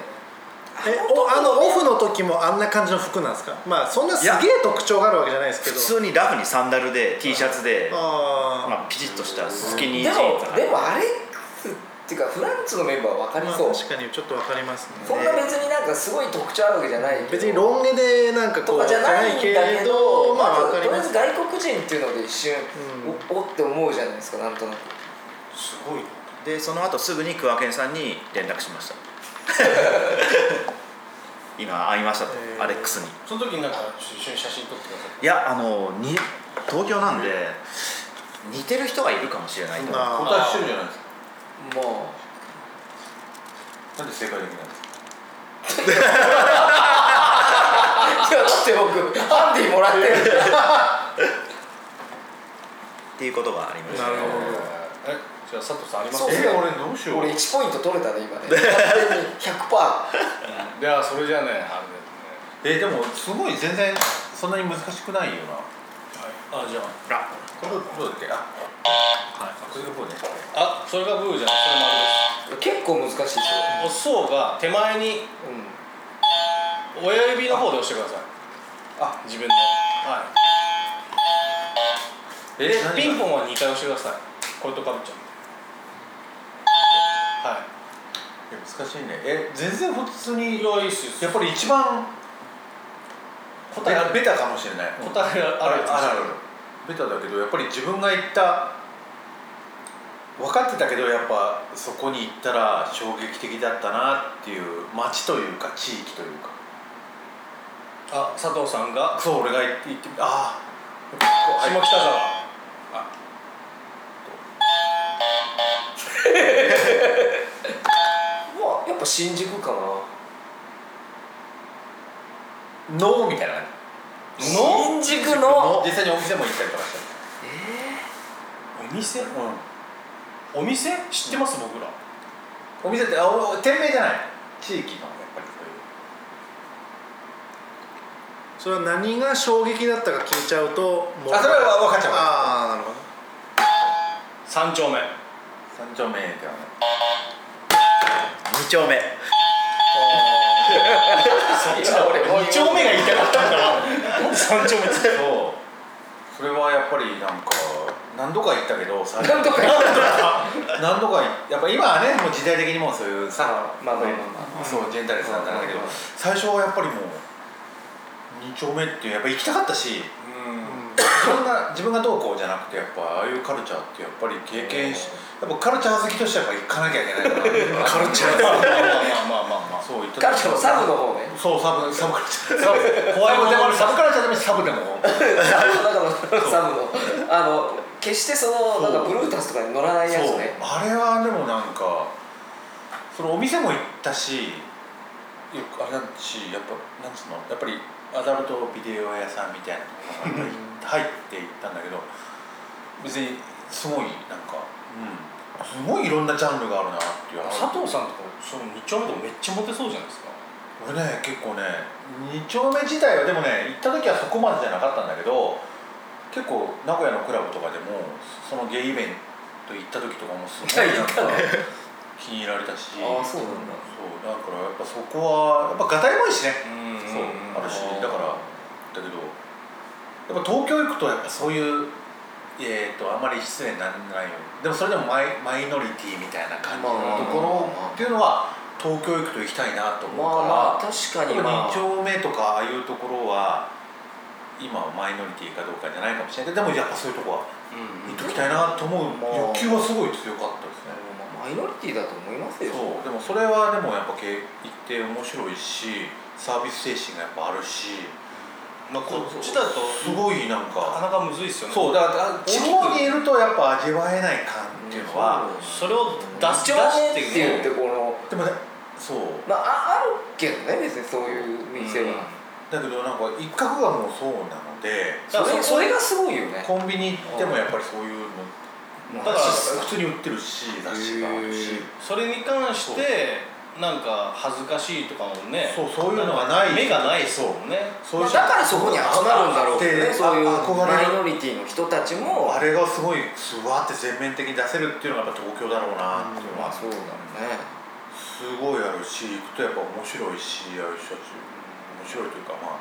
Speaker 2: えおあのオフの時もあんな感じの服なんですかまあそんなすげえ特徴があるわけじゃないですけ
Speaker 5: 普
Speaker 2: ど
Speaker 5: 通にラフにサンダルで T シャツで、
Speaker 2: あー
Speaker 5: まあ、ピチッとしたスキニージ
Speaker 3: でも
Speaker 5: ーンズだから
Speaker 3: でもアレックスっていうかフランツのメンバーは分かり
Speaker 2: まあ
Speaker 3: そう、
Speaker 2: 確かにちょっとわかりますね
Speaker 3: そんな別になんかすごい特徴あるわけじゃないけど
Speaker 2: 別にロン毛でなんかことう
Speaker 3: かじゃないんだ
Speaker 2: じゃない
Speaker 3: け
Speaker 2: け
Speaker 3: ど
Speaker 2: どま
Speaker 3: ま
Speaker 2: あ
Speaker 3: ず
Speaker 2: わかり
Speaker 3: とりあ
Speaker 2: ま
Speaker 3: えず
Speaker 2: す
Speaker 3: 外国人っていうので一瞬、
Speaker 2: う
Speaker 3: おおって思うじゃないですかなんとなく
Speaker 1: すごいな
Speaker 5: でその後すぐに桑健さんに連絡しました今会いましたと
Speaker 2: へー
Speaker 5: アレックスに
Speaker 1: その時になんか一緒に写真撮ってください
Speaker 5: いやあのに東京なんで似てる人がいるかもしれないと
Speaker 2: まあ
Speaker 4: 答えしてるじゃないですか
Speaker 3: まあ
Speaker 4: なんで正解できないんですか
Speaker 3: いやだって僕ハンディもらってる
Speaker 5: っていうことがありました
Speaker 2: なるほど
Speaker 1: えじゃあ佐藤さんあります
Speaker 3: そう
Speaker 1: か
Speaker 3: え
Speaker 4: 俺どうし
Speaker 3: 俺1ポイント取れたね今ね完全に100%
Speaker 1: いやそれじゃねあ
Speaker 4: えでもすごい全然そんなに難しくないよな
Speaker 1: れねあじゃ
Speaker 5: あ
Speaker 4: これどうだっけあはいこれの方ね
Speaker 1: ああそれがブーじゃんそれ
Speaker 3: 結構難しいですよ、
Speaker 1: 丸ですおそうが手前に
Speaker 3: う
Speaker 1: 親指の方で押してくださいあ自分のは
Speaker 4: え
Speaker 1: いで
Speaker 4: 何が
Speaker 1: ピンポンは2回押してくださいこれとかぶっちゃうはい
Speaker 4: いや難しいねえ全然普通に
Speaker 1: いやいいっすよ
Speaker 4: やっぱり一番
Speaker 1: 答えある
Speaker 4: ベタかもしれない
Speaker 1: 答え
Speaker 4: あ
Speaker 1: ある
Speaker 4: る
Speaker 1: やつ
Speaker 4: あるあるベタだけどやっぱり自分が行った分かってたけどやっぱそこに行ったら衝撃的だったなっていう街というか地域というか
Speaker 1: あ佐藤さんが
Speaker 4: そう俺が行って行ってああ
Speaker 1: 下北沢
Speaker 3: んまあやっぱ新宿かな
Speaker 4: ノーみたいな感
Speaker 3: 新
Speaker 4: じ
Speaker 3: 宿の
Speaker 4: ノー実際にお店も行ったりとかして
Speaker 1: お店
Speaker 4: う
Speaker 1: お店知ってます僕ら
Speaker 4: ん、お店ってあお店名じゃない地域のやっぱりそうい
Speaker 2: そ
Speaker 4: う
Speaker 2: れは何が衝撃だったか聞いちゃうともう
Speaker 4: あそれは分かっちゃう
Speaker 2: ああなるほど
Speaker 1: 三丁目
Speaker 4: 三丁目ではない
Speaker 5: 二丁目
Speaker 1: そっちだ俺二丁目が言いたかったんだわ三丁目つって
Speaker 4: [LAUGHS] そうそれはやっぱりなんか何度か言ったけど最近
Speaker 3: なんとか言った
Speaker 4: 何度かやっぱ今はねもう時代的にもうそういうさ
Speaker 3: まあまあまあまあ
Speaker 4: そうジェンダレスなんだけど
Speaker 3: うん
Speaker 4: 最初はやっぱりもう2丁目ってやっぱ行きたかったし
Speaker 1: うん
Speaker 4: 自分が自分がどうこうじゃなくてやっぱああいうカルチャーってやっぱり経験しやっぱカルチャー好きとしてはやっぱ行かなきゃいけないからカルチャー
Speaker 1: まあまあまあまあまあ
Speaker 4: そう言った
Speaker 3: カルチャーのサブの方ね
Speaker 4: [LAUGHS] そうサブサブカルチャー
Speaker 1: 怖いもの
Speaker 4: で
Speaker 1: もある
Speaker 4: サブカルチャーでもサブでも
Speaker 3: サブの中のサブのあの決してそのなんかブルータスとかに乗らないや
Speaker 4: そ
Speaker 3: つ
Speaker 4: う
Speaker 3: ね
Speaker 4: あれはでもなんかそのお店も行ったしよくあれなんだしやっぱなんつうのやっぱりアダルトビデオ屋さんみたいなのがやっぱり入っていったんだけど別にすごいなんか、うん、すごいいろんなジャンルがあるなっていう
Speaker 1: 佐藤さんとかその二丁目と [LAUGHS] かめっちゃモテそうじゃないですか
Speaker 4: 俺ね結構ね2丁目自体はでもね行った時はそこまでじゃなかったんだけど結構名古屋のクラブとかでもそのゲイイベント行った時とかもすごいなんか気に入られたし
Speaker 3: ああそうなんだ
Speaker 4: そうだからやっぱそこはやっぱがたいもいいしね
Speaker 1: うん
Speaker 4: そうあるし
Speaker 3: うん
Speaker 4: だからだけどやっぱ東京行くとやっぱそういうえー、とあんまり失礼にならないようにでもそれでもマイマイノリティみたいな感じの
Speaker 3: まあ
Speaker 4: ところっていうのは東京行くと行きたいなと思うから、
Speaker 3: まあまあ確かにま
Speaker 4: 2
Speaker 3: あ
Speaker 4: 丁目とかああいうところは今はマイノリティかどうかじゃないかもしれないけどでもやっぱそういうとこは行っときたいなと思う
Speaker 3: まあ
Speaker 4: 欲求はすごい強かったですね
Speaker 3: マイノリティだと思いますよ
Speaker 4: そうでもそれはでもやっぱけ行って面白いしサービス精神がやっぱあるし
Speaker 1: まあこっちだと
Speaker 4: すごいな
Speaker 1: な
Speaker 4: ん
Speaker 1: か
Speaker 4: か
Speaker 1: なかむずいですよね
Speaker 4: そうだから地方にいるとやっぱ味わえない感っていうのは
Speaker 1: それを出
Speaker 3: ダ
Speaker 1: す
Speaker 3: ッ
Speaker 1: 出
Speaker 3: チ
Speaker 1: し
Speaker 3: って
Speaker 1: て
Speaker 3: 言ってこの
Speaker 4: でもねそう
Speaker 3: まあああるけどね別にそういう店は、
Speaker 4: だけどなんか一角がもうそうなので
Speaker 1: だから
Speaker 3: それ
Speaker 1: そこ
Speaker 3: それがすごいよね
Speaker 4: コンビニ行ってもやっぱりそういうの
Speaker 1: だ
Speaker 3: ま
Speaker 1: か
Speaker 3: あ
Speaker 1: ら
Speaker 4: 普通に売ってるし雑誌があるし
Speaker 3: へー
Speaker 1: それに関してなんか恥ずかしいとかもね
Speaker 4: そうそういうのがない
Speaker 1: 目がないですもんね
Speaker 4: そういう人
Speaker 3: だからそこに集まるんだろうけどね
Speaker 4: で
Speaker 3: そういう
Speaker 4: あ憧れ
Speaker 3: マ
Speaker 4: る
Speaker 3: イノリティの人たちも
Speaker 4: あれがすごいすわって全面的に出せるっていうのがやっぱ東京だろうなっていうの
Speaker 3: ま
Speaker 4: は
Speaker 3: あ
Speaker 4: す
Speaker 3: そうだね
Speaker 4: ごいあるし行くとやっぱ面白いしああいう人たち面白いというかまあ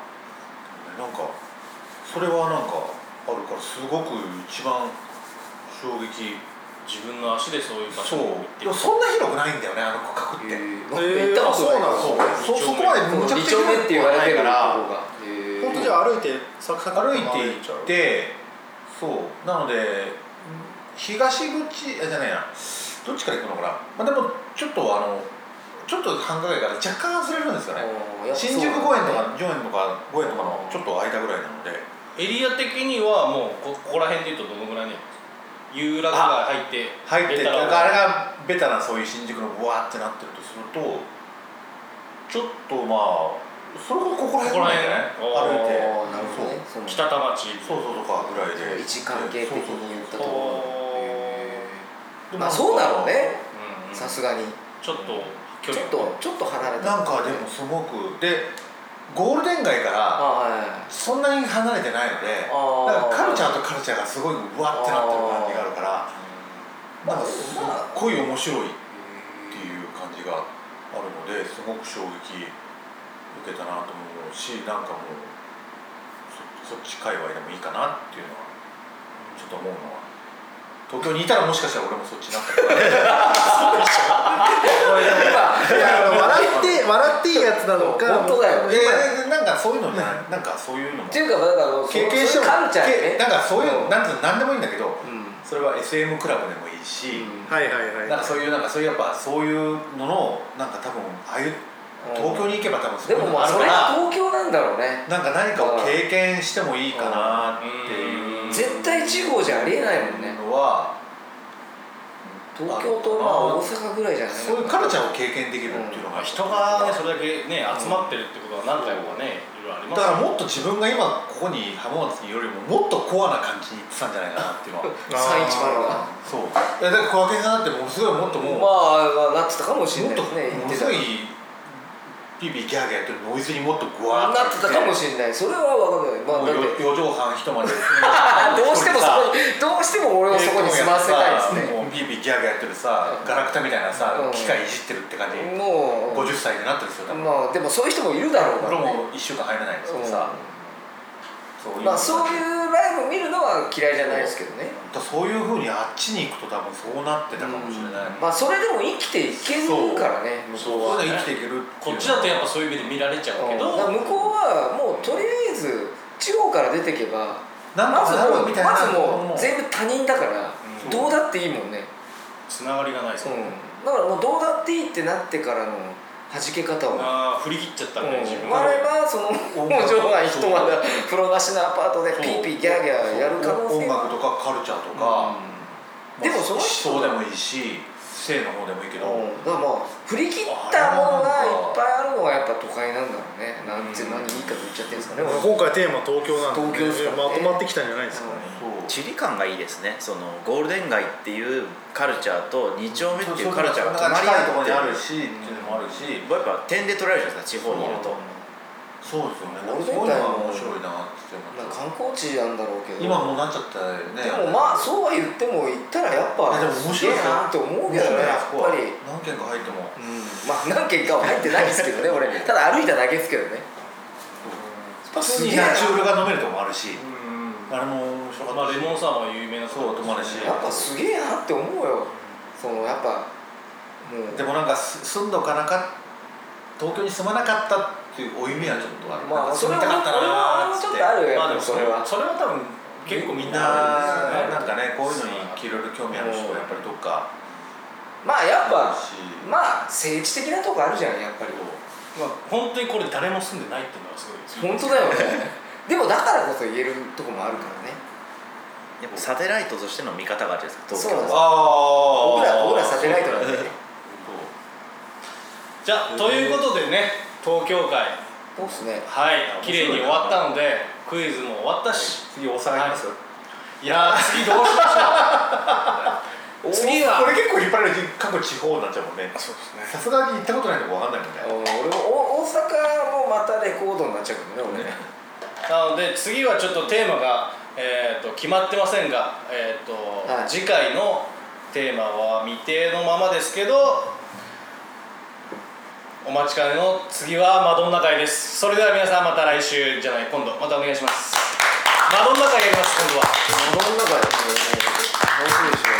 Speaker 4: なんかそれはなんかあるからすごく一番衝撃
Speaker 1: 自分の足でそういう場所
Speaker 4: そう
Speaker 1: に
Speaker 4: で
Speaker 1: 行って
Speaker 4: もそんな広くないんだよねあの区画って、
Speaker 3: 行ったことない
Speaker 2: えーあ
Speaker 4: そ
Speaker 2: そう
Speaker 4: う
Speaker 2: そ
Speaker 4: そそこ
Speaker 2: こ
Speaker 4: ま
Speaker 2: ま
Speaker 4: で
Speaker 2: で
Speaker 4: むちゃく
Speaker 3: 2
Speaker 4: ちゃ
Speaker 3: 丁目って言われてるとこ
Speaker 4: ら
Speaker 3: がへー
Speaker 2: 本当じゃあ歩いてサクサク
Speaker 4: 歩いて行ってそうなので東口あじゃないなどっちから行くのかな、まあ、でもちょっとあのちょっと繁華街から若干外れるんですよね
Speaker 3: おーやっぱそう
Speaker 4: 新
Speaker 3: だね
Speaker 4: 宿公園とか上園とか公園とかのちょっと間ぐらいなので
Speaker 1: エリア的にはもうこここら辺でいうとどのぐらいにあるんですか有楽街入って
Speaker 4: 入って
Speaker 1: 出
Speaker 4: だ
Speaker 1: たら
Speaker 4: からあれがベタなそういう新宿のブワーってなってるとするとちょっとまあそれこそここら辺ぐらいじゃない
Speaker 1: ここら辺
Speaker 4: 歩いて
Speaker 3: あーなるほどねその
Speaker 1: 北田町
Speaker 4: そうそうそうとかぐらいで
Speaker 3: 位置関係的に言ったと思
Speaker 1: ほ
Speaker 3: う
Speaker 1: ー
Speaker 3: へー
Speaker 4: で
Speaker 3: ま
Speaker 4: もなん
Speaker 3: あ
Speaker 4: か
Speaker 3: そうだろうね
Speaker 1: うんうん
Speaker 3: さすがに
Speaker 1: ちょっと距
Speaker 3: ちょ
Speaker 1: 離
Speaker 3: っとちょっと離れた
Speaker 4: なんかでもすごくでゴールデン街から
Speaker 3: あ
Speaker 4: そんなに離れてないので
Speaker 3: あー
Speaker 4: だからカルチャーとカルチャーがすごいうわってなってる感じがあるからなんかすっごい面白いっていう感じがあるのですごく衝撃受けたなと思うしなんかもうそそっち界隈でもいいかなっていうのはちょっと思うのは東京にいたらもしかしたら俺もそっちになったかも
Speaker 2: いやあの笑って笑っていいやつなのか
Speaker 3: 本当だよ
Speaker 2: もう
Speaker 4: いやいやなんかそういうのじゃないなんかそういうのも
Speaker 3: っていうかだから
Speaker 4: 経験しても
Speaker 3: カルチャーやね
Speaker 4: けなんかそういう
Speaker 3: う
Speaker 4: の
Speaker 3: ん
Speaker 4: なんつうのなんでもいいんだけど
Speaker 3: うん
Speaker 4: それは SM クラブでもいいし、
Speaker 2: はいはいはい
Speaker 4: なんかそういうなんかそういうやっぱそういうののなんか多分ああいう東京に行けば多分そ
Speaker 3: で
Speaker 4: ういう
Speaker 3: もま
Speaker 4: のもあ
Speaker 3: あ
Speaker 4: る
Speaker 3: そ
Speaker 4: か
Speaker 3: れが
Speaker 4: ら
Speaker 3: 東京なんだろうね
Speaker 4: なんか何かを経験してもいいかなっていう
Speaker 1: うん
Speaker 3: 絶対地方じゃありえないもんね
Speaker 4: のは
Speaker 3: 東京とまあ大阪ぐらいじゃない
Speaker 4: そういうカルチャーを経験できるっていうの
Speaker 1: ま
Speaker 4: が
Speaker 1: あ人がねそれだけね集まってるってことは何回もねいろいろありま
Speaker 4: だ
Speaker 1: す
Speaker 4: からもっと自分が今ここに浜松にいるよりももっとコアな感じに行ってたんじゃないかな
Speaker 3: [LAUGHS]
Speaker 4: っていうのは
Speaker 3: 310が
Speaker 4: そういやだから小分けさんだってものすごいもっともう、
Speaker 3: まあなってたかもしれ
Speaker 4: もっ
Speaker 3: ないで
Speaker 4: と
Speaker 3: すね
Speaker 4: も
Speaker 3: 言
Speaker 4: の
Speaker 3: って
Speaker 4: す
Speaker 3: た
Speaker 4: ご
Speaker 3: ら
Speaker 4: いピーピーギャーギャーやってるノイズにもっとグワーッ
Speaker 3: なってたかもしれないそれは分かんない、まあ、
Speaker 4: もう
Speaker 3: だっ
Speaker 4: よ
Speaker 3: て
Speaker 4: 四畳半一間で
Speaker 3: あ [LAUGHS] どうしてもそこにどうしても俺をそこに住ませたいですね
Speaker 4: もうビービーギャーギャーやってるさガラクタみたいなさ、
Speaker 3: うん
Speaker 4: 機械いじってるって感じ、
Speaker 3: もう
Speaker 4: 50歳になってるんですよ多分、
Speaker 3: まあでもそういう人もいるだろうか
Speaker 4: 風
Speaker 3: ら、
Speaker 4: 呂
Speaker 3: ね
Speaker 4: も1週間入らないんですけどさ、そう
Speaker 3: うん
Speaker 4: いう
Speaker 3: まあ、そういうライブ見るのは嫌いじゃないですけどね、
Speaker 4: そういうふうにあっちに行くと多分そうなってたかもしれない、
Speaker 3: まあ、それでも生きていけるからね向こう
Speaker 4: そう
Speaker 3: は
Speaker 4: いう
Speaker 1: ね
Speaker 4: の生きていけるて
Speaker 1: こっ
Speaker 4: いうのは
Speaker 1: ちだとやっぱそういう目で見られちゃうけど
Speaker 3: だから向こうはもうとりあえず地方から出てけば
Speaker 4: なん
Speaker 3: ま
Speaker 4: か
Speaker 3: ず
Speaker 4: な
Speaker 3: も
Speaker 4: る
Speaker 3: う
Speaker 4: みたいな
Speaker 3: まずも
Speaker 4: も
Speaker 3: う
Speaker 4: う
Speaker 3: 全部他人だから
Speaker 1: うん
Speaker 3: どうだっていいもんね、
Speaker 1: つながりがないです
Speaker 3: う
Speaker 1: もん
Speaker 3: ん、だからもうどうだっていいってなってからの弾け方は、
Speaker 1: ああ振り切っちゃった
Speaker 3: うん
Speaker 1: ね、自分
Speaker 3: 我ればその
Speaker 4: 音
Speaker 3: 本
Speaker 4: 楽
Speaker 3: 上が一まだ風呂なしのアパートで
Speaker 1: そう
Speaker 3: ピーピーギャーギャーやる可能
Speaker 4: 音
Speaker 3: 性
Speaker 4: 楽
Speaker 3: は
Speaker 4: とかカルチャーとか、
Speaker 3: でもその人
Speaker 4: 思想でもいいし性の方でもいいけど、
Speaker 3: うんだからもう振り切ったものがいっぱいあるのがやっぱ都会なんだろうねなんて何いいかと言っちゃってるんですかね、俺
Speaker 2: 今回テーマ東京なんで
Speaker 3: 東京ですから
Speaker 2: ま
Speaker 3: ね
Speaker 2: とまってきたんじゃないですか、
Speaker 4: そう
Speaker 5: 地理感がいいですねそのゴールデン街っていうカルチャーと二丁目っていうカルチャーが
Speaker 4: 隣
Speaker 5: 隣
Speaker 4: り合いところにあ
Speaker 5: り合ってる
Speaker 4: るし、っていうのもあるし、
Speaker 5: やっぱ点で取られるじゃないですか地方にいると
Speaker 4: そうですよね。
Speaker 3: ゴール
Speaker 4: そう
Speaker 3: デ
Speaker 4: いう
Speaker 3: ン街も
Speaker 4: のは面白いなって
Speaker 3: まあ
Speaker 4: 思
Speaker 3: 観光
Speaker 4: って。
Speaker 3: 地なんだろうけど
Speaker 4: 今もうなっちゃったよね。
Speaker 3: でもまあそうは言っても行ったらやっぱ
Speaker 4: いやでも面白いです
Speaker 3: すげ
Speaker 4: よ
Speaker 3: えなって思うけどねやっぱり。
Speaker 4: 何軒か入っても。
Speaker 3: まあ何軒かは入ってないですけどね俺ただ歩いただけですけどね
Speaker 4: 普
Speaker 3: す
Speaker 4: 通に
Speaker 3: げえな
Speaker 4: ナチュールが飲めるとこもあるし、
Speaker 1: うん
Speaker 4: あれも面白
Speaker 1: ま
Speaker 4: か
Speaker 1: あ
Speaker 4: った
Speaker 1: レ
Speaker 4: し。
Speaker 1: モンサワーも有名なところ
Speaker 4: そう友達
Speaker 3: やっぱすげえなって思うよそのやっぱもう
Speaker 4: でもなんかす住んどかなか東京に住まなかったっていう負い目はちょっとある。
Speaker 3: まあそ
Speaker 4: 住
Speaker 3: れ
Speaker 4: み
Speaker 3: は
Speaker 4: たかった
Speaker 3: 俺
Speaker 4: なー
Speaker 3: は
Speaker 4: っ
Speaker 3: ち
Speaker 4: つ
Speaker 3: ょって
Speaker 4: っ
Speaker 3: と。あるよ
Speaker 1: まあでも
Speaker 3: やっぱ
Speaker 1: そ
Speaker 3: そ
Speaker 1: れ
Speaker 3: れ
Speaker 1: は
Speaker 3: は
Speaker 1: それは多分結構みん
Speaker 4: みんな
Speaker 1: なあるんですよね
Speaker 4: なんかねこういうのにいろいろ興味ある人はやっぱりどっか
Speaker 3: まあやっぱ
Speaker 4: あるし。
Speaker 3: まあ政治的なとこあるじゃんやっぱり
Speaker 1: まあ本当にこれ誰も住んでないっていうのがすごいですよ
Speaker 3: 本当だよね
Speaker 4: [LAUGHS]
Speaker 3: でもだからこそ言えるとこもあるからね
Speaker 5: やっぱサテライトとしての見方があるじゃないです
Speaker 3: そ
Speaker 5: か
Speaker 3: うなん
Speaker 5: 東京
Speaker 3: です
Speaker 5: は
Speaker 4: あ
Speaker 3: 僕ら僕らサテライトなんでね
Speaker 1: じゃあということでね東京会
Speaker 3: そうですね
Speaker 1: はい綺麗に終わったのでクイズも終わったし
Speaker 4: 次お皿ありますよ。
Speaker 1: いやー次どうしましょう次は
Speaker 4: これ結構引っ張られて各地方になっちゃうもんね
Speaker 1: そうですね
Speaker 4: さすがに行ったことないとこわかんないもんね
Speaker 3: 俺もお大阪もまたレコードになっちゃうけどね俺ね
Speaker 1: なので次はちょっとテーマが、えー、と決まってませんが、えーと
Speaker 3: はい
Speaker 1: 次回のテーマは未定のままですけどお待ちかねの次はマドンナ会ですそれでは皆さんまた来週じゃない今度またお願いしますマドンナ会やります今度は
Speaker 3: この中で楽しみでしょ